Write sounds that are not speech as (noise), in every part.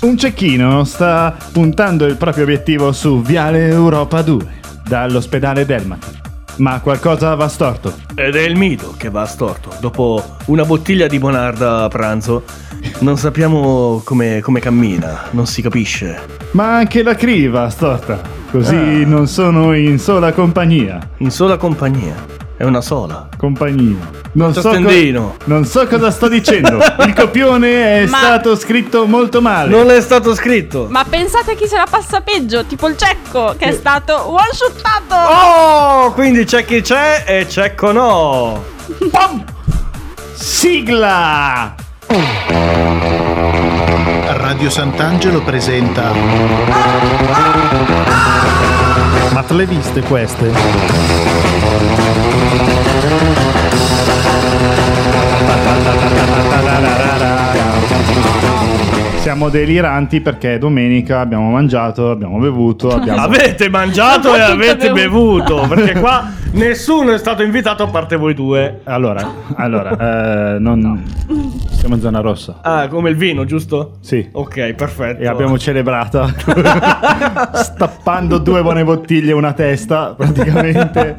Un cecchino sta puntando il proprio obiettivo su Viale Europa 2, dall'ospedale Delmati. Ma qualcosa va storto. Ed è il mito che va storto. Dopo una bottiglia di Bonarda a pranzo, non sappiamo come, come cammina, non si capisce. Ma anche la criva va storta. Così non sono in sola compagnia. In sola compagnia. È una sola. Compagnia. Non Ciao, so, co- Stendino. non so cosa sto dicendo. Il copione è stato scritto molto male. Non è stato scritto. Ma pensate a chi se la passa peggio, tipo il cecco, che è stato one shottato! Oh, quindi c'è chi c'è e c'è no. Sigla! Radio Sant'Angelo presenta. Ma te le viste queste? Siamo deliranti perché domenica abbiamo mangiato, abbiamo bevuto, abbiamo... Avete mangiato e avete bevuto. bevuto, perché qua nessuno è stato invitato a parte voi due. Allora, allora, eh, non... Siamo in zona rossa. Ah, come il vino, giusto? Sì. Ok, perfetto. E (laughs) abbiamo celebrato stappando due buone bottiglie, una testa praticamente.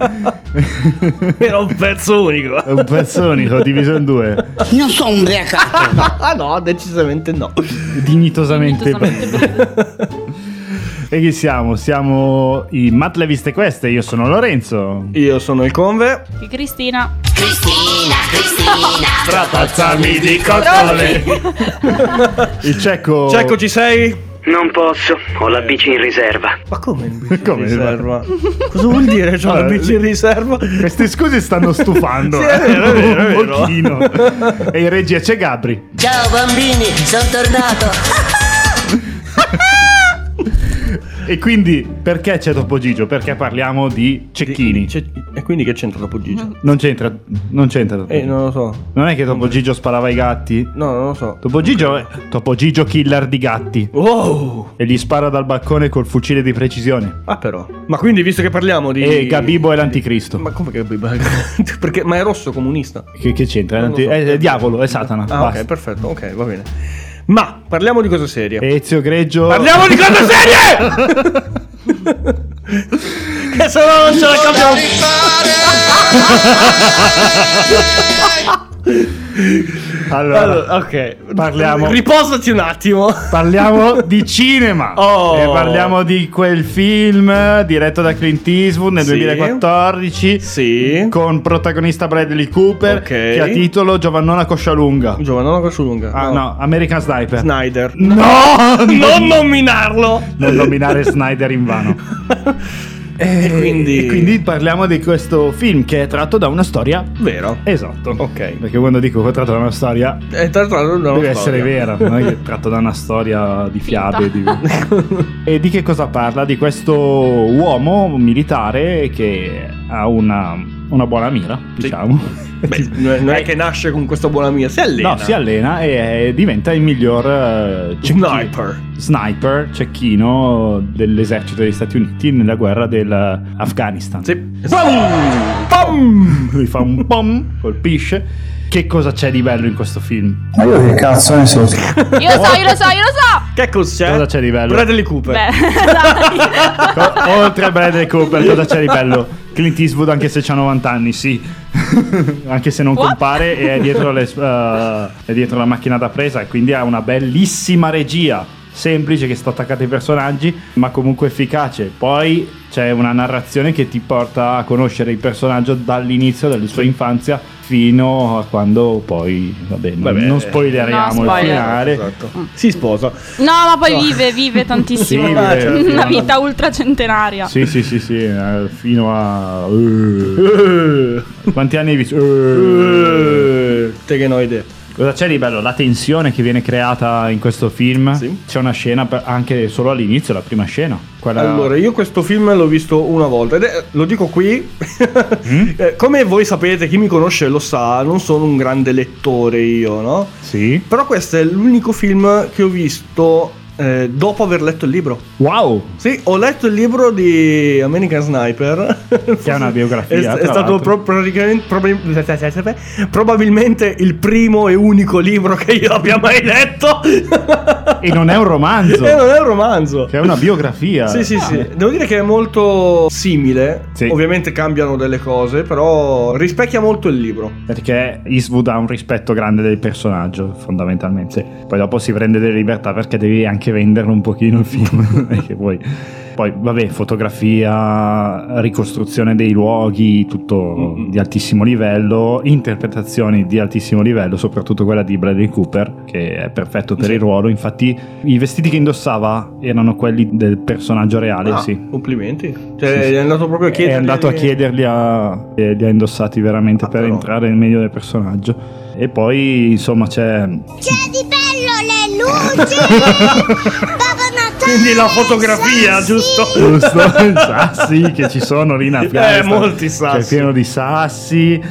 Era un pezzo unico. È un pezzo unico, diviso in due. Non sono ubriacato. Esatto. Ah (laughs) no, decisamente no. Dignitosamente. Dignitosamente (laughs) e chi siamo? Siamo i Matt Le Viste Queste, io sono Lorenzo. Io sono il Conve. Di Cristina. Strapazzami di cotole. Il cecco... Cecco, ci sei? Non posso, ho la bici in riserva. Ma come in bici Come? in riserva? Cosa vuol dire? C'ho la Allora, bici in riserva? Queste scuse stanno stufando. eh. Sì, è vero, è vero, è vero. Un pochino. E in regia c'è Gabri. Ciao bambini, sono tornato. E quindi perché c'è dopo Gigio? Perché parliamo di cecchini. C'è- E quindi che c'entra dopo Gigio? Non c'entra, non c'entra. Topo Eh, Gigio. non lo so. Non è che Topo Gigio sparava i gatti? No, non lo so. Topo Gigio è Topo Gigio killer di gatti Wow! e gli spara dal balcone col fucile di precisione. Ah però. Ma quindi visto che parliamo di... E Gabibo è l'anticristo. Ma come Gabibo? (laughs) Perché... Ma è rosso comunista. Che, che c'entra? È, Non lo l'anti- so. è- è diavolo, è Satana. Ah basta. ok, perfetto, ok, va bene. Ma parliamo di cose serie. Ezio Greggio. Parliamo di cose serie! (laughs) che se no non ce la capiamo Allora, Allora, ok, Parliamo- Riposati un attimo. Parliamo di cinema (laughs) Oh. e parliamo di quel film diretto da Clint Eastwood nel Sì. 2014 Sì. con protagonista Bradley Cooper Ok. che ha titolo Giovannona Coscialunga. Giovanna Cosciolunga. Ah, no, American Sniper. Snyder. (laughs) No, Non nominarlo. non nominare Snyder in vano. (laughs) Eh, E, quindi... E quindi parliamo di questo film che è tratto da una storia. Vero. Esatto. Ok. Perché quando dico che è tratto da una storia E tra l'altro non Deve so. eh. essere vera, non è che è tratto da una storia di fiabe. di- e di che cosa parla? Di questo uomo militare che ha una, una buona mira, diciamo. (laughs) (laughs) Eh, Beh, non non è che nasce con questa buona mia. Si allena. No, si allena e eh, diventa il miglior eh, cecchino- Sniper. sniper cecchino dell'esercito degli Stati Uniti nella guerra dell'Afghanistan. Sì. Pam! Pam! (laughs) Lui fa un pom, colpisce. Che cosa c'è di bello in questo film? Ma io che cazzo ne so? Io lo so, io lo so, io lo so! Che cos'è? Cosa c'è di bello? Bradley Cooper. Beh, Co- Esatto. Oltre a Bradley Cooper, cosa c'è di bello? Clint Eastwood, anche se ha 90 anni, sì. (laughs) anche se non What? compare, e è dietro, le- eh, è dietro la macchina da presa, e quindi ha una bellissima regia. semplice che sta attaccata ai personaggi, ma comunque efficace. Poi c'è una narrazione che ti porta a conoscere il personaggio dall'inizio, dalla sua infanzia, fino a quando poi, vabbè, non, Vabbè. eh, non spoileriamo No, il spoiler. finale. Esatto. Si sposa. No, ma poi vive, (laughs) vive tantissimo. Sì, Ah, vive- (laughs) certo. Una vita ultracentenaria. Sì, sì, sì, sì, eh, fino a... Eh. Quanti anni hai visto? Eh. Tegenoide. Cosa c'è di bello? La tensione che viene creata in questo film. Sì. C'è una scena per- anche solo all'inizio, la prima scena. Quella... Allora, io questo film l'ho visto una volta ed è- lo dico qui. (laughs) Mm? Eh, Come voi sapete, chi mi conosce lo sa, non sono un grande lettore io, no? Sì. Però questo è l'unico film che ho visto eh, dopo aver letto il libro. Wow! Sì, ho letto il libro di American Sniper. (laughs) Che è una biografia, È, tra è stato l'altro. pro- praticamente- probabil- (laughs) probabilmente il primo e unico libro che io abbia mai letto. E non è un romanzo, e non (laughs) è un romanzo. Esatto. che è una biografia. Sì, sì, sì. Devo dire che è molto simile. Sì. Ovviamente cambiano delle cose, però rispecchia molto il libro. Perché Eastwood ha un rispetto grande del personaggio, fondamentalmente. Poi dopo si prende delle libertà perché devi anche venderlo un pochino il film. (laughs) perché poi, poi, vabbè, fotografia, ricostruzione dei luoghi, tutto Mm-mm. di altissimo livello, interpretazioni di altissimo livello, soprattutto quella di Bradley Cooper, che è perfetto per Sì. il ruolo. Infatti, i vestiti che indossava erano quelli del personaggio reale, Ah, sì. Complimenti. Cioè, Sì, sì. è andato proprio a chiedere. È andato a chiederli a, e li ha indossati veramente Ah, per però. entrare nel meglio del personaggio. E poi, insomma, c'è. (laughs) C'è di bello le luci! (laughs) Babbo Natale! Quindi la fotografia, sassi! giusto? Giusto? I sassi che ci sono lì in Afghanistan. Eh, molti C'è sassi. cioè, pieno di sassi.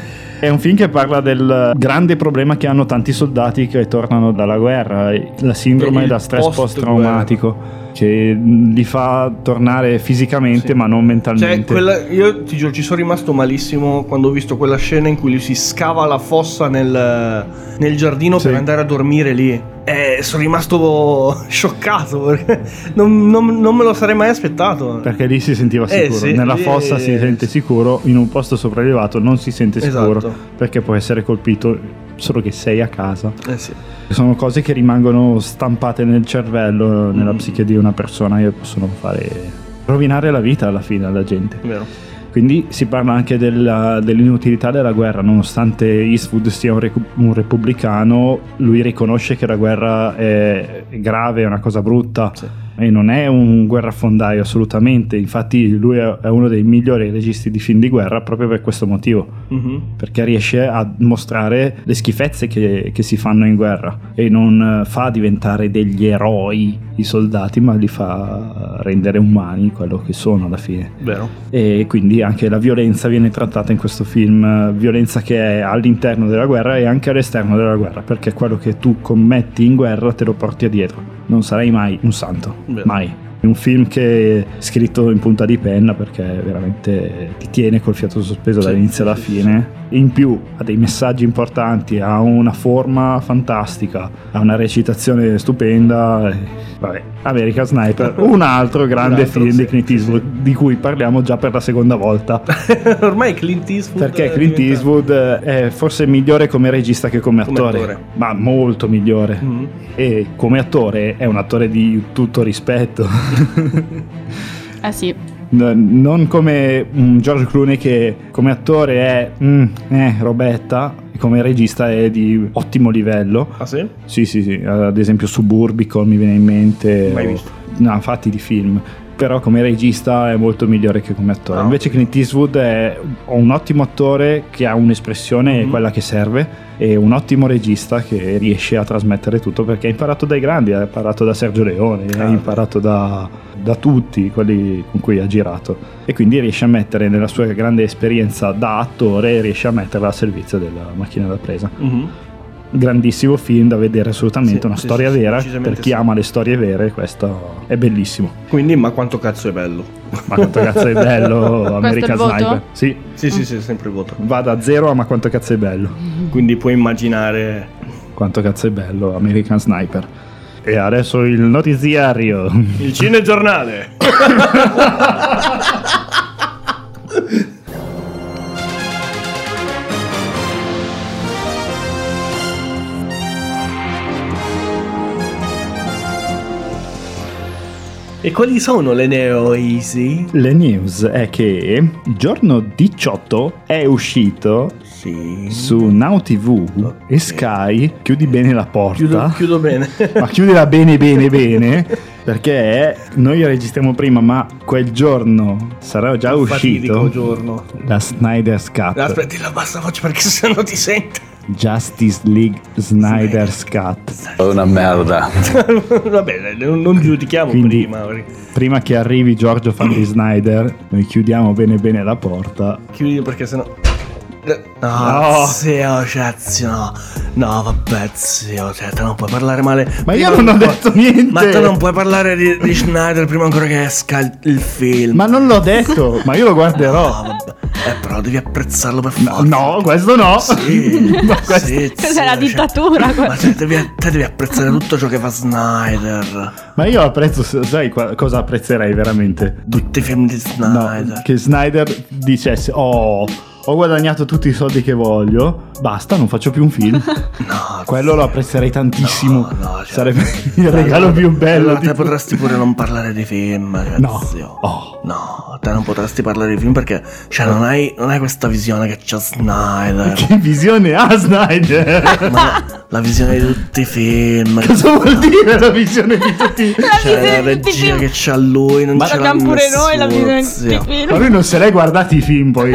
È un film che parla del grande problema che hanno tanti soldati che tornano dalla guerra, la sindrome Il da stress post-guerra. post-traumatico che li fa tornare fisicamente Sì. ma non Cioè, mentalmente. quella- io ti giuro, ci sono rimasto malissimo quando ho visto quella scena in cui lui si scava la fossa nel, nel giardino Sì. per andare a dormire lì. Eh, sono rimasto (laughs) scioccato perché non, non- non me lo sarei mai aspettato. Perché lì si sentiva Eh, sicuro. sì, Nella lì- fossa si sente sicuro, in un posto sopraelevato non si sente sicuro Esatto. perché può essere colpito solo che sei a casa. Eh sì. Sono cose che rimangono stampate nel cervello, Mm. nella psiche di una persona e possono fare rovinare la vita alla fine alla gente. Vero. Quindi si parla anche della- dell'inutilità della guerra, nonostante Eastwood sia un, recu- un repubblicano, lui riconosce che la guerra è grave, è una cosa brutta Sì. e non è un guerrafondaio assolutamente, infatti lui è è uno dei migliori registi di film di guerra proprio per questo motivo, Mhm. perché riesce a mostrare le schifezze che, che si fanno in guerra e non eh, fa diventare degli eroi i soldati, ma li fa rendere umani quello che sono alla fine Vero. e quindi anche la violenza viene trattata in questo film, eh, violenza che è all'interno della guerra e anche all'esterno della guerra, perché quello che tu commetti in guerra te lo porti addietro, non sarai mai un santo, Vero. mai. È un film che è scritto in punta di penna perché veramente ti tiene col fiato sospeso Sì, dall'inizio alla sì, sì, fine. In più ha dei messaggi importanti, ha una forma fantastica, ha una recitazione stupenda. e- Vabbè, America Sniper, un altro grande Un altro, film di sì, Clint sì, sì. Eastwood di cui parliamo già per la seconda volta. (laughs) Ormai Clint Eastwood. Perché è Clint diventato- Eastwood eh, è forse migliore come regista che come Come attore, attore. ma molto migliore. Mhm. E come attore è un attore di tutto rispetto. (laughs) Eh sì. N- non come mm, George Clooney che come attore è mm, eh, robetta, e come regista è di ottimo livello. Ah sì? Sì, sì, sì, ad esempio Suburbicon mi viene in mente. Mai o- visto. eh, No, fatti di film. Però come regista è molto migliore che come attore. Ah, Invece Clint Eastwood è un ottimo attore che ha un'espressione Mhm. quella che serve e un ottimo regista che riesce a trasmettere tutto perché ha imparato dai grandi, ha imparato da Sergio Leone, ha Ah. imparato da, da tutti quelli con cui ha girato e quindi riesce a mettere nella sua grande esperienza da attore, riesce a metterla a servizio della macchina da presa Mhm. grandissimo film da vedere assolutamente, Sì, una sì, storia sì, vera, decisamente per chi sì. ama le storie vere questo è bellissimo. Quindi, ma quanto cazzo è bello? Ma quanto cazzo (laughs) è bello Questo è American il voto? Sniper. Sì, Sì, sì, sì, sempre il voto. va da zero a ma quanto cazzo è bello. Quindi puoi immaginare. Quanto cazzo è bello American Sniper. E adesso il notiziario. (laughs) Il cinegiornale. E quali sono le neo easy? Le news è che il giorno 18 è uscito su Now TV e Sky. Chiudi bene la porta. Chiudo, (laughs) chiudo bene. Ma chiudila bene, bene, bene. Perché noi registriamo prima, ma quel giorno sarà già Un uscito fatidico giorno. la Snyder's Cut. Aspetti, la bassa voce perché (laughs) sennò ti sento. Justice League Snyder's Cut. Una merda. Va bene, non, non giudichiamo Quindi- prima. perché- Prima che arrivi Giorgio fan di Snyder, noi chiudiamo bene bene la porta. Chiudi perché sennò. Eh, No. No, zio, cioè, zio, no. No, vabbè, zio, cioè, te non puoi parlare male. Ma io non ho detto niente. Ma tu non puoi parlare di, di Schneider prima ancora che esca il, il film. Ma non l'ho detto, ma io lo guarderò. (laughs) No, vabbè. Eh, però devi apprezzarlo per forza. No, questo no. Sì, (laughs) Ma questo... Cos'è la dittatura? Ma te devi, te devi apprezzare tutto ciò che fa Snyder. Ma io apprezzo, sai qua- cosa apprezzerei veramente? Tutti i film di Snyder. No, che Snyder dicesse: Oh, ho guadagnato tutti i soldi che voglio, basta, non faccio più un (laughs) film. No, Quello lo apprezzerei tantissimo. no, cioè- Sarebbe il regalo più bello. Allora, te tipo- potresti pure non parlare di film, ragazzi. No. no, te non potresti parlare di film perché cioè, non, hai, non hai questa visione che c'ha Snyder. Che visione ha (laughs) Snyder? Ma la visione di tutti i film. Cosa vuol dire la visione di tutti? Cioè, la regia che c'ha lui, non c'è Abbiamo pure noi la visione di Ma film. lui non se l'è guardati i film (laughs) poi.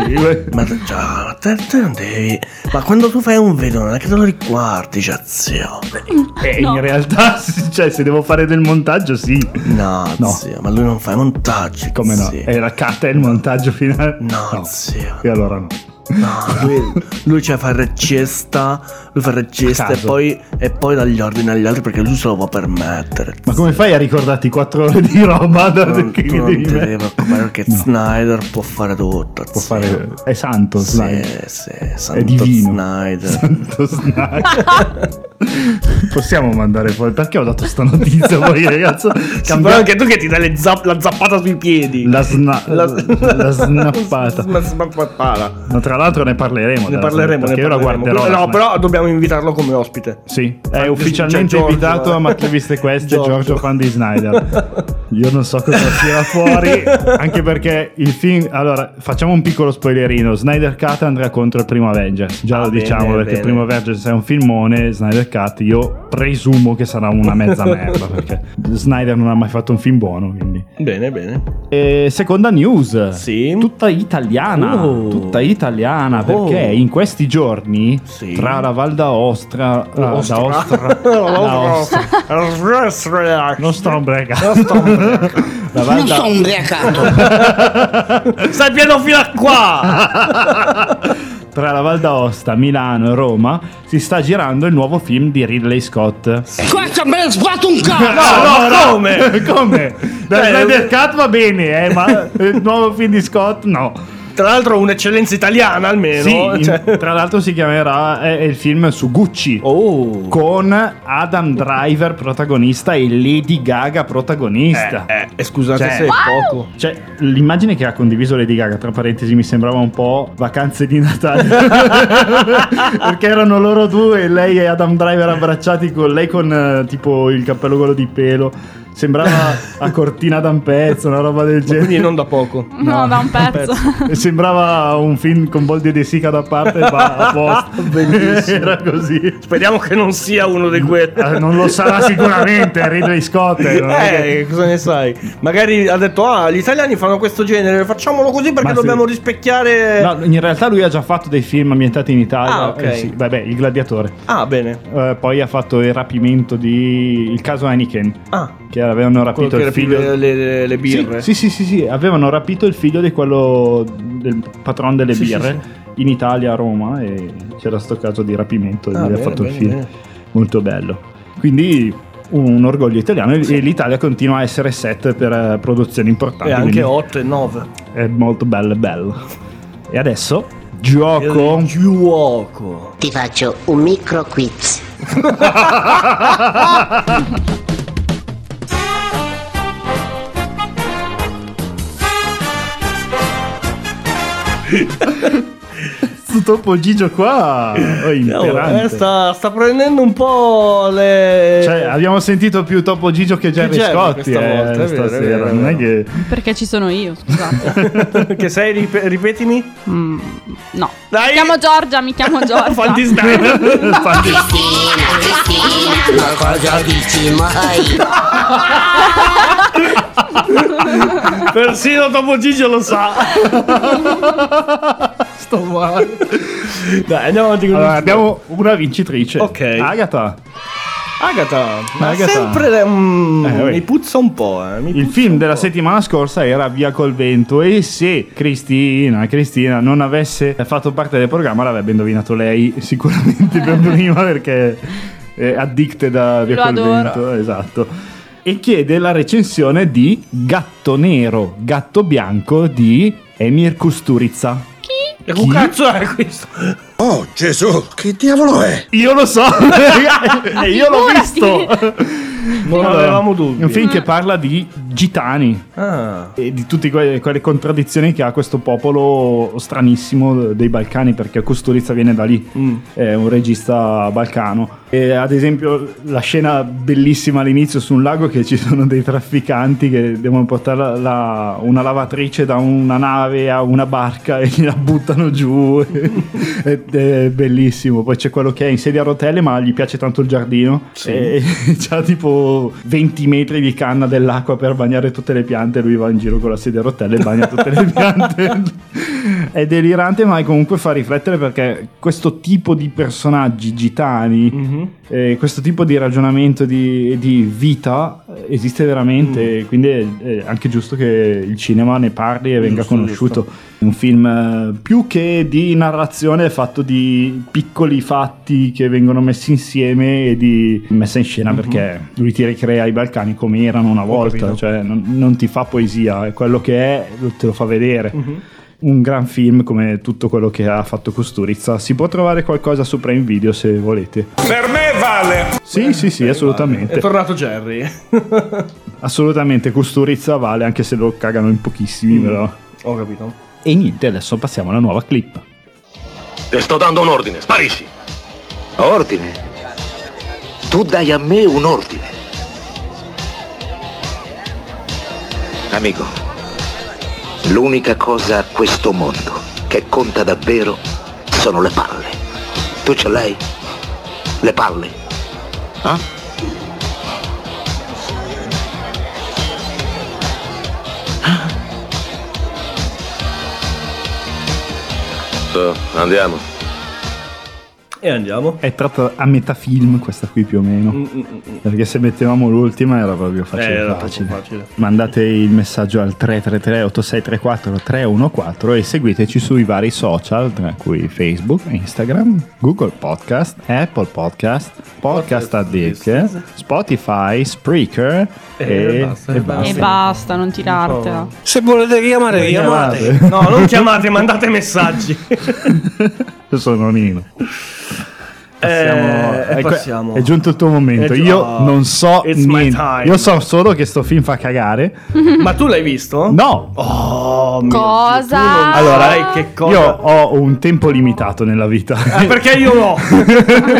Ma te- cioè, ma te, te non devi. Ma quando tu fai un video, non è che te lo riguardi, cioè, zio. Eh, in realtà, cioè, se devo fare del montaggio, sì. No, No. zio, ma lui non fa i montaggi. Come no? Eh, zio. È la cut è il montaggio finale. No, zio. E allora no. No, lui, lui cioè, fa il regista, lui fa il regista A e caso. poi, e poi dà gli ordini agli altri perché lui se lo può permettere. Ma come fai a ricordarti 4 ore di roba? da- Non, che tu non devi ti mettere? devi preoccupare perché Snyder può fare tutto. Può fare- È santo (laughs) Snyder. santo divino. Snyder. Santo Snyder. Possiamo mandare fuori perché ho dato sta notizia poi (laughs) ragazzo Però anche tu che ti dai le zapp- la zappata sui piedi. la, sna- la, (laughs) la snappata Ma- ma- ma- ma- ma tra l'altro ne parleremo Ne della- parleremo, perché ne io la parleremo. guarderò la No, Snyder. però dobbiamo invitarlo come ospite. Sì, è Cioè, ufficialmente Giorgio, invitato eh. a Matleviste Quest Giorgio. Giorgio fan di Snyder. Io non so cosa tira fuori, anche perché il film... Allora, facciamo un piccolo spoilerino. Snyder Cut andrà contro il primo Avengers. Già lo Ah, bene, diciamo, perché bene. il primo Avengers è un filmone, Snyder Cut io presumo che sarà una mezza merda, perché Snyder non ha mai fatto un film buono, quindi... Bene, bene. E Eh, seconda news, Sì. tutta italiana, Oh. tutta italiana, Oh. perché in questi giorni Sì. tra la Val d'Aostra, la, la Ostra. (laughs) Ostra, la Ostra, non sto la Val Non sono d'Aostra, ubriacato. (laughs) Stai pieno fino a qua! (laughs) tra la Val d'Aosta, Milano e Roma si sta girando il nuovo film di Ridley Scott. Questo me ne sbatto un cazzo. No, no, come? (laughs) Come? Da Eh, Snyder Cut va bene, eh, (laughs) ma il nuovo film di Scott no. Tra l'altro un'eccellenza italiana almeno. Sì, in- cioè- tra l'altro si chiamerà è, è il film su Gucci. Oh. Con Adam Driver protagonista e Lady Gaga protagonista. Eh, eh, scusate Cioè- se è poco. Cioè, l'immagine che ha condiviso Lady Gaga, tra parentesi, mi sembrava un po' vacanze di (laughs) Natale. Perché erano loro due, lei e Adam Driver abbracciati con lei con eh, tipo il cappello quello di pelo. Sembrava a cortina da un pezzo, una roba del genere. Quindi non da poco. No, da un pezzo. E Sembrava un film con Boldi e De Sica da parte, ma a posto. (laughs) Bellissimo. Era così. Speriamo che non sia uno di quelli. Eh, Non lo sarà sicuramente Ridley Scott. eh, non è che- Eh, cosa ne sai? Magari ha detto, ah, gli italiani fanno questo genere, facciamolo così perché Ma sì. dobbiamo rispecchiare... No, in realtà lui ha già fatto dei film ambientati in Italia. Eh. Ah, ok. Eh sì, vabbè, Il Gladiatore. Ah, bene. Eh, poi ha fatto il rapimento di. Il caso Anakin. Ah, Che avevano quello rapito che il figlio. rapiva le, le- le birre. Sì, sì, sì, sì, sì, avevano rapito il figlio di quello del patrono delle Sì, birre in Italia, a Roma, e c'era sto caso di rapimento e Ah, gli bene, ha fatto il bene, film. bene. Molto bello. Quindi un orgoglio italiano e l'Italia continua a essere set per eh, produzioni importanti. E quindi anche 8 e 9. È molto bello, è bello. E adesso gioco. Giuoco. Ti faccio un micro quiz. Sto topo Gigio qua è Eh, imperante. sta, sta prendendo un po' le... Cioè, abbiamo sentito più Topo Gigio che Jerry Jerry Scotti questa eh, volta, è vero, è stasera. vero, è non è che (laughs) Perché ci sono io, scusate. (laughs) che sei, rip- ripetimi? No. Dai! Mi (laughs) chiamo Giorgia, mi chiamo Giorgia. (laughs) Fatti stare. (laughs) Ma cosa dici mai? Persino Topo Gigio lo (laughs) sa. sto male. Dai, andiamo avanti con Allora, il- abbiamo una vincitrice. Ok. Agata. Agata. Ma Agata. sempre... mm, Eh, mi vedi. puzza un po', eh. mi Il puzza film un della po'. settimana scorsa era Via col vento e se Cristina, Cristina non avesse fatto parte del programma l'avrebbe indovinato lei sicuramente per prima perché è addicted da Via Lo col adoro. vento, esatto. E chiede la recensione di Gatto nero, gatto bianco di Emir Kusturica. E Che cazzo è questo? Oh Gesù, che diavolo è? Io lo so, (laughs) e io l'ho Figurati. visto. Non Allora, avevamo È un dubbi. film che parla di gitani. Ah. e di tutte que- quelle contraddizioni che ha questo popolo stranissimo dei Balcani, perché Kusturica viene da lì, Mm. è un regista balcano. E ad esempio la scena bellissima all'inizio su un lago che ci sono dei trafficanti che devono portare la- la- una lavatrice da una nave a una barca e la buttano giù, (laughs) è, è bellissimo. Poi c'è quello che è in sedia a rotelle ma gli piace tanto il giardino e (laughs) c'ha tipo 20 metri di canna dell'acqua per bagnare tutte le piante. Lui va in giro con la sedia a rotelle e bagna tutte le piante. È delirante, ma comunque fa riflettere perché questo tipo di personaggi gitani, eh, questo tipo di ragionamento di, di vita eh, esiste veramente. Quindi è, è anche giusto che il cinema ne parli e venga Giusto, conosciuto. È un film eh, più che di narrazione è fatto di piccoli fatti che vengono messi insieme e di messa in Mhm. scena perché lui ti ricrea i Balcani come erano una volta, capito. cioè non, non ti fa poesia, è quello che è lo- te lo fa vedere. Mhm. Un gran film come tutto quello che ha fatto Costurizza. Si può trovare qualcosa su Prime Video se volete. Per me vale! Sì, sì, sì, Eh, È assolutamente. tornato Jerry. (laughs) Assolutamente, Costurizza vale anche se lo cagano in pochissimi, Mm. però. Ho capito. E niente, adesso passiamo alla nuova clip. Ti sto dando un ordine, sparisci. Ordine. Tu dai a me un ordine. Amico, l'unica cosa a questo mondo che conta davvero sono le palle. Tu ce l'hai? Le palle? Ah? andiamo. E andiamo. È tratta a metà film questa qui più o meno. Mm, Perché se mettevamo l'ultima era proprio facile. Eh, era facile. troppo facile. Mandate il messaggio al 333-8634-314 e seguiteci sui vari social, tra cui Facebook, Instagram, Google Podcast, Apple Podcast, Podcast Addict, Spotify, Spreaker e, E Eh, basta, e E basta, non tirartela. Se volete chiamare, chiamate. No, (laughs) non chiamate, mandate messaggi. Sono Nino. Passiamo- Eh, e ecco, passiamo. È giunto il tuo momento. È gi- Io oh, non so it's my niente. time. Io so solo che sto film fa (laughs) cagare. Ma tu l'hai visto? No, Oh, mio Cosa? Dio, tu non Allora, sai che cosa? io ho un tempo limitato nella vita. Eh, perché io no? (laughs)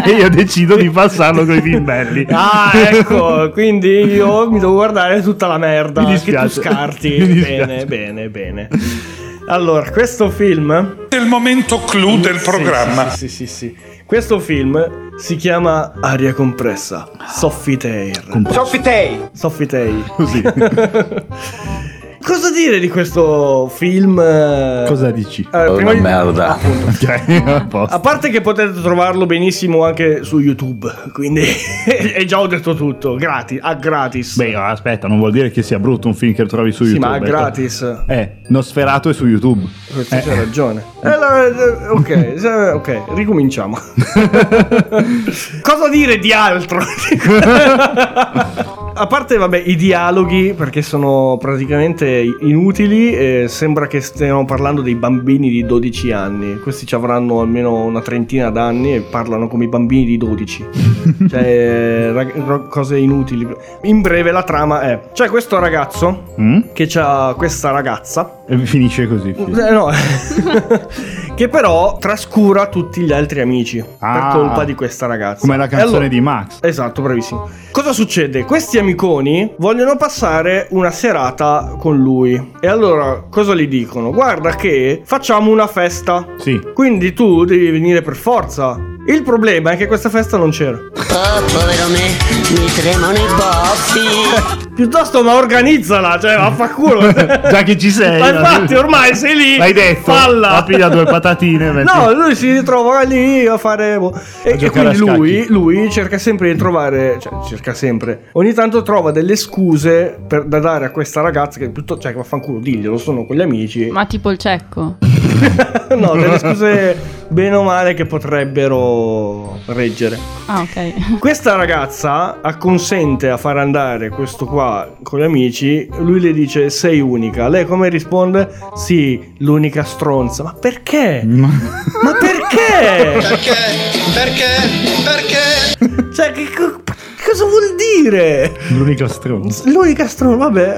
e io decido di passarlo con i film belli. Ah, ecco, quindi io mi devo guardare tutta la merda Mi che tu dispiace. scarti. (laughs) Mi dispiace. bene, bene, bene. Allora, questo film È il momento clou del Sì, Sì, sì, sì, sì, sì. Questo film si chiama Aria compressa, Soffitair. (laughs) Soffitair. Così. (laughs) Cosa dire di questo film? eh? Cosa dici? Eh, prima di- Ok, a posto. A parte che potete trovarlo benissimo anche su YouTube, quindi (laughs) e già ho detto tutto, gratis, a gratis. Beh, aspetta, non vuol dire che sia brutto un film che trovi su sì, YouTube. ma a ecco. gratis. Eh, Nosferato è su YouTube. Forse Eh, c'è ragione. Eh, allora, eh, ok, eh, ok, ricominciamo. (laughs) Cosa dire di altro? (laughs) A parte, vabbè, i dialoghi, perché sono praticamente inutili, eh, sembra che stiamo parlando dei bambini di 12 anni. Questi ci avranno almeno una trentina d'anni e parlano come i bambini di (laughs) 12. cioè, rag- ro- cose inutili. In breve, la trama è... C'è questo ragazzo Mm? che ha questa ragazza E eh, finisce così. il film. eh, no. (laughs) che però trascura tutti gli altri amici per Ah. colpa di questa ragazza. Come la E canzone allora- di Max. Esatto, bravissimo. Cosa succede? Questi amiconi vogliono passare una serata con lui. E allora cosa gli dicono? Guarda che facciamo una festa. Sì. Quindi tu devi venire per forza. Il problema è che questa festa non (laughs) c'era. Oh, povero me, mi tremano i boffi. Piuttosto, ma organizzala, cioè, vaffanculo. (laughs) Già che ci sei. Ma (laughs) infatti, ormai sei lì. L'hai detto. Falla. Apri da due (laughs) patatine. metti- No, lui si ritrova lì a fare. boh. E, e giocare a quindi lui, lui cerca sempre di trovare. Cioè, cerca sempre. Ogni tanto trova delle scuse per- da dare a questa ragazza. Che piuttosto. Cioè, che vaffanculo, diglielo, sono con gli amici. Ma tipo il cecco. (laughs) No, delle scuse bene o male che potrebbero reggere. Ah, ok. Questa ragazza acconsente a far andare questo qua con gli amici, lui le dice sei unica, lei come risponde? Sì, l'unica stronza, ma perché? Ma, perché? Perché? Perché? Perché? Cioè, che co- cosa vuol dire? L'unica stronza. L'unica stronza, vabbè.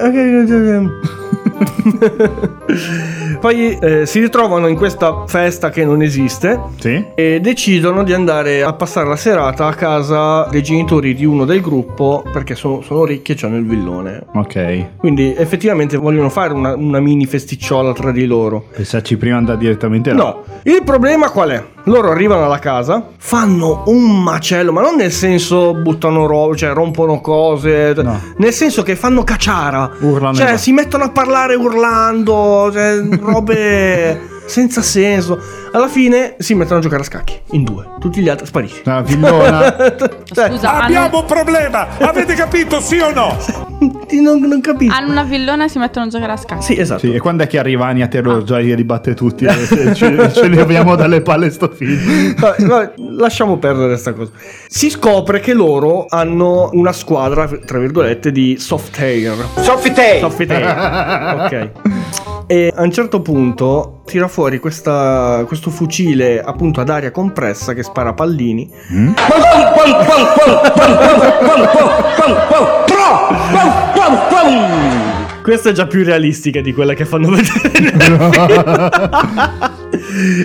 (laughs) Poi eh, si ritrovano in questa festa che non esiste Sì. e decidono di andare a passare la serata a casa dei genitori di uno del gruppo perché sono, sono ricchi e hanno il villone. Ok. Quindi effettivamente vogliono fare una, una mini festicciola tra di loro. Pensarci prima andare direttamente là. No, il problema qual è? Loro arrivano alla casa, fanno un macello, ma non nel senso buttano roba, cioè rompono cose, nel senso che fanno cacciara. Urlano. Cioè, si mettono a parlare urlando, cioè, robe senza senso. Alla fine si mettono a giocare a scacchi, in due. Tutti gli altri spariti. Una (laughs) villona. Scusa, hanno, un problema! Avete capito, sì o no? non, non capisco. hanno una villona e si mettono a giocare a scacchi. Sì, esatto. Sì, e quando è che arriva Ania Terror già Ah. li ribatte tutti? eh, ce, ce li abbiamo dalle palle sto film. Vabbè, vabbè, lasciamo perdere sta cosa. Si scopre che loro hanno una squadra, tra virgolette, di soft air. Soft air! Soft air. ok. E a un certo punto tira fuori questa- questo fucile appunto ad aria compressa che spara pallini. Questa è già più realistica di quella che fanno (laughs) vedere (laughs) nel film.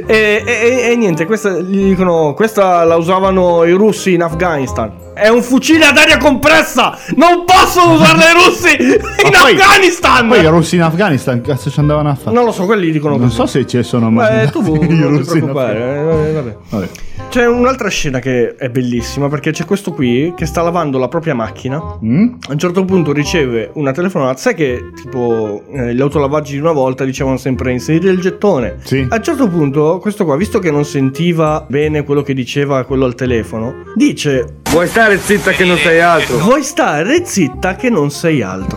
e, e- e niente, questa, gli dicono, questa la usavano i russi in Afghanistan. È un fucile ad aria compressa! Non possono usarla i russi in (laughs) Ma poi- Afghanistan! Poi i russi in Afghanistan, cazzo ci andavano a fare? Non lo so, quelli dicono Non così. so se ci sono Ma mai. eh, tu non (laughs) i ti russi in preoccupare, Afghanistan. eh, vabbè. Vabbè. (laughs) C'è un'altra scena che è bellissima perché c'è questo qui che sta lavando la propria macchina. Mm? A un certo punto riceve una telefonata. Sai che tipo eh, gli autolavaggi di una volta dicevano sempre inserire il gettone. Sì. A un certo punto, questo qua, visto che non sentiva bene quello che diceva quello al telefono, dice: Vuoi stare zitta che non sei altro? Vuoi stare zitta che non sei altro.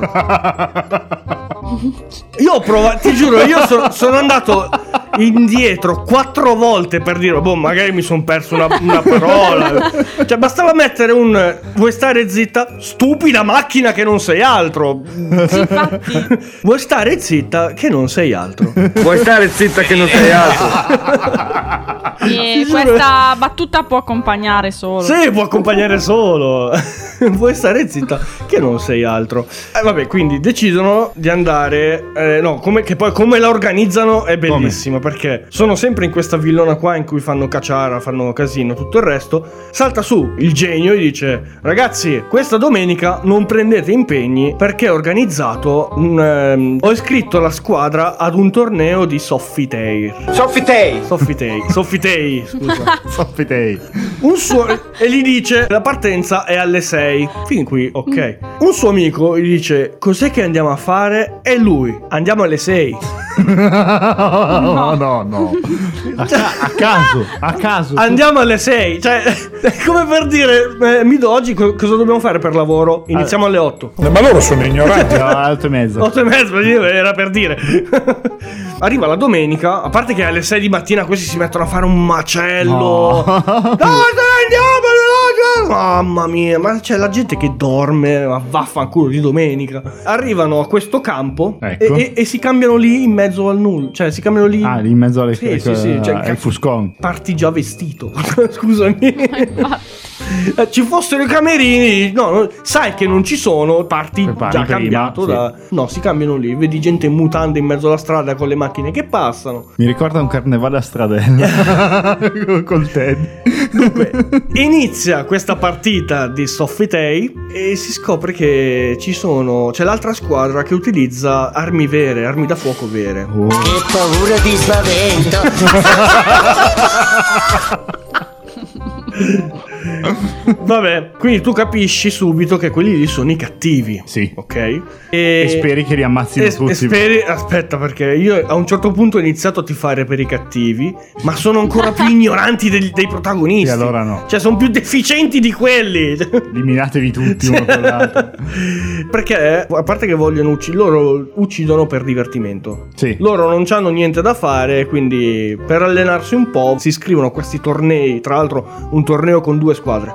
Io ho provato, ti giuro, io so- sono andato indietro quattro volte per dire, boh, magari mi sono perso una, una parola. Cioè, bastava mettere un eh, vuoi stare zitta, stupida macchina che non sei altro. (laughs) vuoi stare zitta che non sei altro. Vuoi stare zitta che non sei altro? E questa battuta può accompagnare solo. Se può accompagnare solo. (laughs) Vuoi stare zitta? Che non sei altro. Eh, vabbè, quindi decidono di andare. eh, no, come, che poi come la organizzano è bellissima. Perché sono sempre in questa villona qua in cui fanno cacciara, fanno casino, tutto il resto. Salta su il genio e dice: Ragazzi, questa domenica non prendete impegni perché ho organizzato un. ehm, ho iscritto la squadra ad un torneo di soffitei. Soffitei! Soffitei, soffitei, scusa. Soffitei. Un suo... e gli dice la partenza è alle 6. Fin qui, ok. Mm. Un suo amico gli dice cos'è che andiamo a fare? E lui, andiamo (laughs) alle 6. no, no, no. A, ca- a caso, a caso. Andiamo alle 6. Cioè, (laughs) è come per dire, eh, mi do oggi co- cosa dobbiamo fare per lavoro? Iniziamo alle 8. Eh, Ma loro sono ignoranti. No, alto e mezzo. 8 e mezzo, io era per dire. (laughs) Arriva la domenica, a parte che alle 6 di mattina questi si mettono a fare un macello. No. No, dai, andiamo, veloce! Mamma mia, ma c'è la gente che dorme, ma vaffanculo di domenica. Arrivano a questo campo e- Ecco. e, e si cambiano lì in mezzo al nulla. Cioè, si cambiano lì. Ah, lì in mezzo alle eh, Sì, sì, sì, cioè, al cazzo. (laughs) Fuscon. Parti già vestito. Scusami. eh, ci fossero i camerini, no, no, sai che non ci sono, parti parti già prima, cambiato. sì. da- No, si cambiano lì, vedi gente in mutande in mezzo alla strada con le macchine che passano. Mi ricorda un carnevale a (laughs) stradella (laughs) col Ted. Inizia questa partita di Soffitei e si scopre che ci sono, c'è l'altra squadra che utilizza armi vere, armi da fuoco vere. (laughs) Oh. (laughs) Che paura di spavento. Vabbè, quindi tu capisci subito che quelli lì sono i cattivi. Sì. Ok? E, E speri che li ammazzino e- tutti. e speri- aspetta, perché io a un certo punto ho iniziato a tifare per i cattivi, ma sono ancora (laughs) più ignoranti del- dei protagonisti. E allora no. Cioè, sono più deficienti di quelli. Eliminatevi tutti uno per (laughs) l'altro. Cioè, Perché, a parte che vogliono uccidere, loro uccidono per divertimento. Sì. Loro non hanno niente da fare, quindi per allenarsi un po' si iscrivono a questi tornei. Tra l'altro, un torneo con due squadre.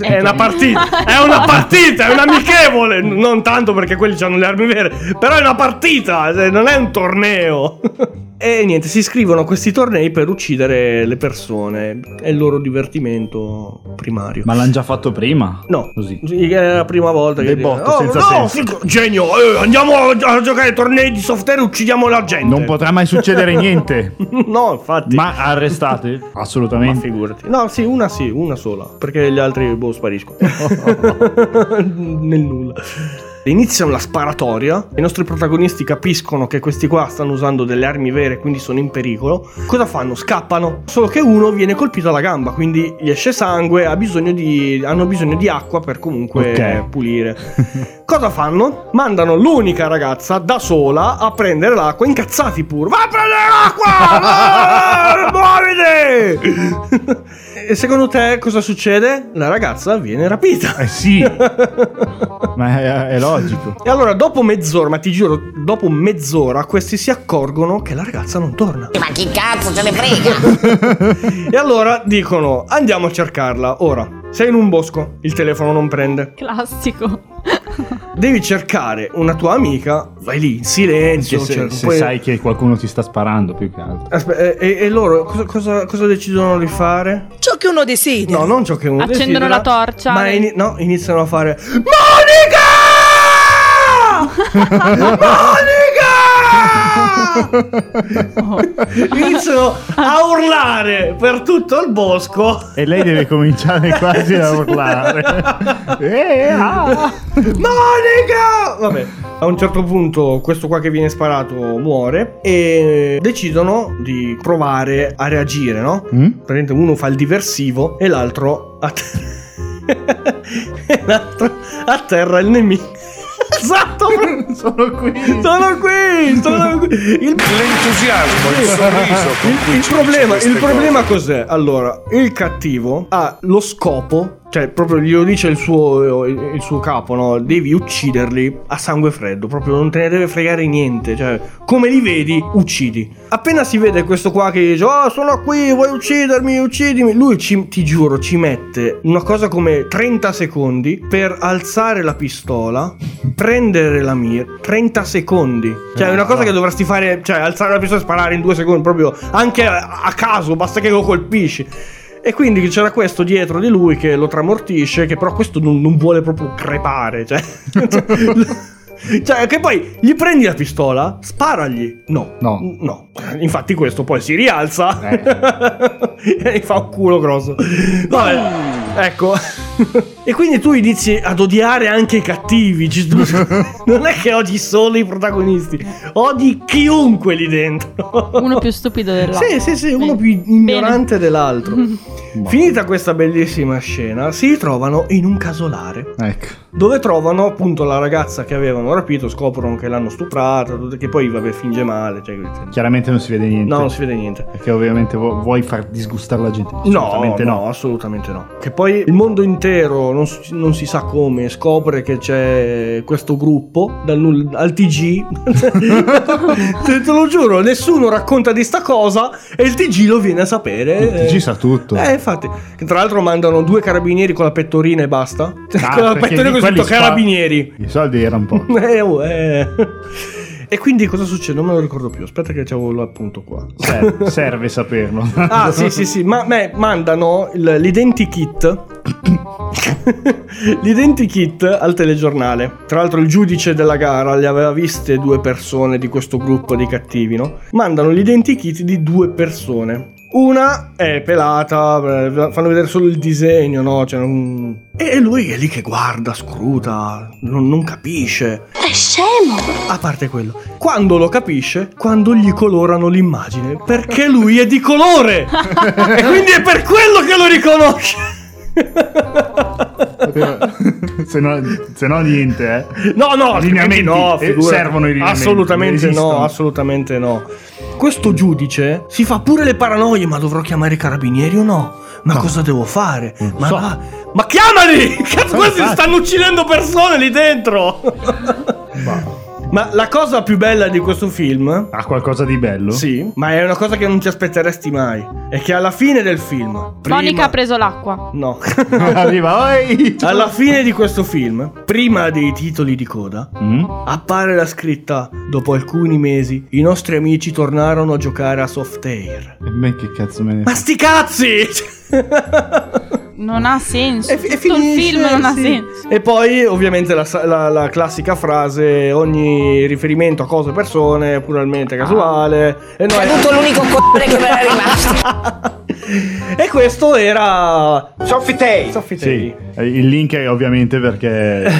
È una partita, è una partita, è un amichevole. N- Non tanto perché quelli hanno le armi vere, però è una partita, eh, non è un torneo. (laughs) E niente, si iscrivono a questi tornei per uccidere le persone. È il loro divertimento primario. Ma l'hanno già fatto prima? No, Sì, È la prima volta che Le botte dicono, senza no, senso." figo- genio, eh, andiamo a, a giocare ai tornei di soft air e uccidiamo la gente. Non potrà mai (laughs) (laughs) succedere niente. no, infatti. Ma arrestate? Assolutamente. figurati. No, sì, una sì, una sola, perché gli altri boh spariscono. Nel nulla. Inizia una sparatoria, i nostri protagonisti capiscono che questi qua stanno usando delle armi vere, quindi sono in pericolo. Cosa fanno? Scappano. Solo che uno viene colpito alla gamba, quindi gli esce sangue, ha bisogno di- hanno bisogno di acqua per comunque Ok. pulire. Cosa fanno? Mandano l'unica ragazza da sola a prendere l'acqua, incazzati pur. Vai a prendere l'acqua! No! Muoviti! (laughs) e secondo te cosa succede? La ragazza viene rapita. Eh sì. Ma è, è logico. (laughs) E allora dopo mezz'ora, ma ti giuro, dopo mezz'ora questi si accorgono che la ragazza non torna. (laughs) Ma chi cazzo se ne frega? E allora dicono, andiamo a cercarla. Ora, sei in un bosco, il telefono non prende. Classico. Devi cercare una tua amica, vai lì in silenzio. Se, se- cerco, se poi- sai che qualcuno ti sta sparando più che altro. Aspe- eh, e, e- e loro cosa, cosa- cosa decidono di fare? Ciò che uno desidera. No, non ciò che uno Accendono desidera, la torcia. Ma ini- no, iniziano a fare... (laughs) Iniziano a urlare per tutto il bosco. E lei deve cominciare quasi a (laughs) urlare. Eh, ah. Monica! Vabbè. A un certo punto questo qua che viene sparato muore e decidono di provare a reagire, no? Mm? Praticamente uno fa il diversivo e l'altro atterra, (laughs) e l'altro atterra il nemico. (laughs) Esatto! sono qui! Sono qui! Sono qui! Il... L'entusiasmo, il sorriso con Il- cui il ci problema, dici il queste problema cos'è? Allora, il cattivo ha lo scopo, cioè proprio glielo dice il suo, il suo capo, no? Devi ucciderli a sangue freddo, proprio non te ne deve fregare niente, cioè come li vedi, uccidi. Appena si vede questo qua che dice "Oh, sono qui, vuoi uccidermi, uccidimi", lui ci- ti giuro ci mette una cosa come 30 secondi per alzare la pistola, prendere la mira, 30 secondi. Cioè è una cosa che dovresti fare, cioè alzare la pistola e sparare in due secondi, proprio anche a a caso, basta che lo colpisci. E quindi c'era questo dietro di lui che lo tramortisce, che però questo non, non vuole proprio crepare. Cioè, (laughs) cioè, che poi gli prendi la pistola, sparagli. No, No. no. Infatti questo poi si rialza (laughs) e gli fa un culo grosso. Vabbè, ecco. (laughs) e quindi tu inizi ad odiare anche i cattivi. ci- Non è che odi solo i protagonisti, odi chiunque lì dentro. Uno (laughs) più stupido dell'altro. Sì, sì, sì, uno più (laughs) ignorante dell'altro. Finita questa bellissima scena, si ritrovano in un casolare Ecco. dove trovano appunto la ragazza che avevano rapito, scoprono che l'hanno stuprata, tutto- che poi vabbè finge male, cioè, no, Chiaramente non si vede niente. non si vede niente. Perché ovviamente vu- vuoi far disgustare la gente. No, Assolutamente no, assolutamente no. Che poi il mondo intero, non, s- non si sa come, scopre che c'è questo gruppo dal nulla- al (laughs) TG. Te te lo giuro, nessuno racconta di sta cosa e il TG lo viene a sapere. Il TG sa tutto. Eh, infatti. Che tra l'altro mandano due carabinieri con la pettorina e basta. Ah, (laughs) con la perché pettorina lì con quelli scritto spa- carabinieri. (laughs) I soldi erano un po'. Eh, oh, eh. E quindi cosa succede? Non me lo ricordo più. Aspetta che c'avevo l'appunto qua. Cioè, Serve, serve saperlo. (laughs) (laughs) Ah, sì, sì, sì, ma beh, mandano il- l'identikit (coughs) L'identikit al telegiornale. Tra l'altro il giudice della gara le aveva viste due persone di questo gruppo dei cattivi, no? Mandano l'identikit di due persone. Una è pelata, eh, fanno vedere solo il disegno, no? Cioè, non- E lui è lì che guarda, scruta, non, non capisce. È scemo! A parte quello, quando lo capisce, quando gli colorano l'immagine, perché lui è (laughs) di colore! e quindi è per quello che lo riconosce! se, no, se no niente, eh. No, no, Lineamenti, altrimenti no, eh, figurati. servono i lineamenti, Assolutamente esistono. no, assolutamente no. Questo giudice si fa pure le paranoie, ma dovrò chiamare i carabinieri o no? Ma cosa devo fare? Ma, va- (laughs) ma chiamali! Cazzo, questi infatti. stanno uccidendo persone lì dentro! Ma la cosa più bella di questo film Ha qualcosa di bello? Sì, ma è una cosa che non ti aspetteresti mai. È che alla fine del film, prima- Monica ha preso l'acqua. No. (laughs) (laughs) Arriva, oi! Alla fine di questo film, prima dei titoli di coda, appare la scritta: Dopo alcuni mesi, i nostri amici tornarono a giocare a soft air. E me che cazzo me ne Ma sti cazzi! (laughs) Non ha senso. Tutto il film non ha senso. E poi, ovviamente, la, sa- la- la classica frase: ogni riferimento a cose e persone è puramente Ah. casuale. E noi- l'unico coglione che me era rimasto. (laughs) E questo era. Softei! Softei. Sì, eh, il link è ovviamente perché,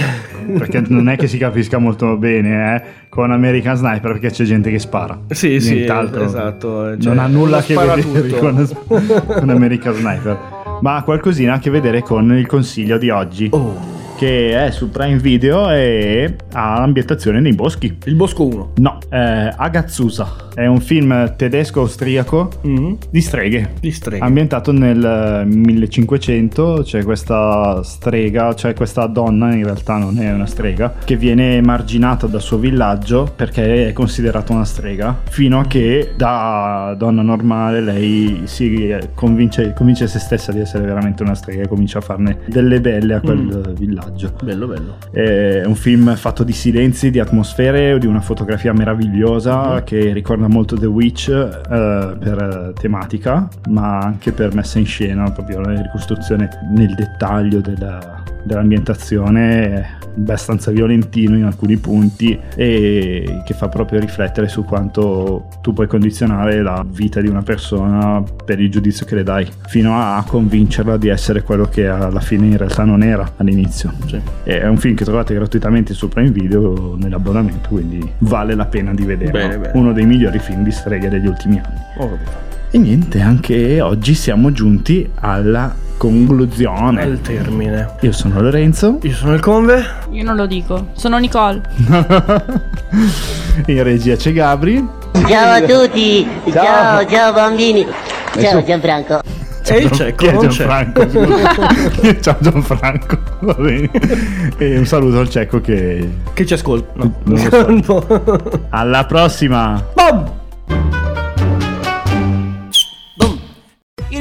perché non è che si capisca molto bene eh, con American Sniper perché c'è gente che spara. Sì, sì, Nient'altro. esatto, cioè, non ha nulla a che spara vedere tutto. con, con (laughs) American Sniper, ma ha qualcosina a che vedere con il consiglio di oggi. Oh. Che è su Prime Video e ha l'ambientazione nei boschi. Il Bosco 1. No, eh, Agatsusa è un film tedesco-austriaco di streghe. Di streghe. Ambientato nel 1500, c'è questa strega, cioè questa donna in realtà non è una strega, che viene emarginata dal suo villaggio perché è considerata una strega, fino a che da donna normale lei si eh, convince, convince se stessa di essere veramente una strega e comincia a farne delle belle a quel villaggio. Bello, bello. Eh, È un film fatto di silenzi, di atmosfere, di una fotografia meravigliosa che ricorda molto The Witch eh, per eh, tematica, ma anche per messa in scena, proprio la ricostruzione nel dettaglio della- dell'ambientazione eh, abbastanza violentino in alcuni punti e che fa proprio riflettere su quanto tu puoi condizionare la vita di una persona per il giudizio che le dai fino a convincerla di essere quello che alla fine in realtà non era all'inizio è un film che trovate gratuitamente su Prime Video nell'abbonamento quindi vale la pena di vederlo Bene, bene. uno dei migliori film di streghe degli ultimi anni Oh. e niente anche oggi siamo giunti alla conclusione Al termine. io sono (laughs) Lorenzo Io sono il Conve. Io non lo dico. Sono Nicole. in regia c'è Gabri Ciao a tutti. Ciao. Ciao, ciao bambini. Ciao tu? Gianfranco. E il cieco, Cioè, Chi è non c'è. Gianfranco? Scusa. Ciao Gianfranco, va bene. E un saluto al cieco che... Che ci ascolta. No. non (laughs) lo so. Alla prossima! It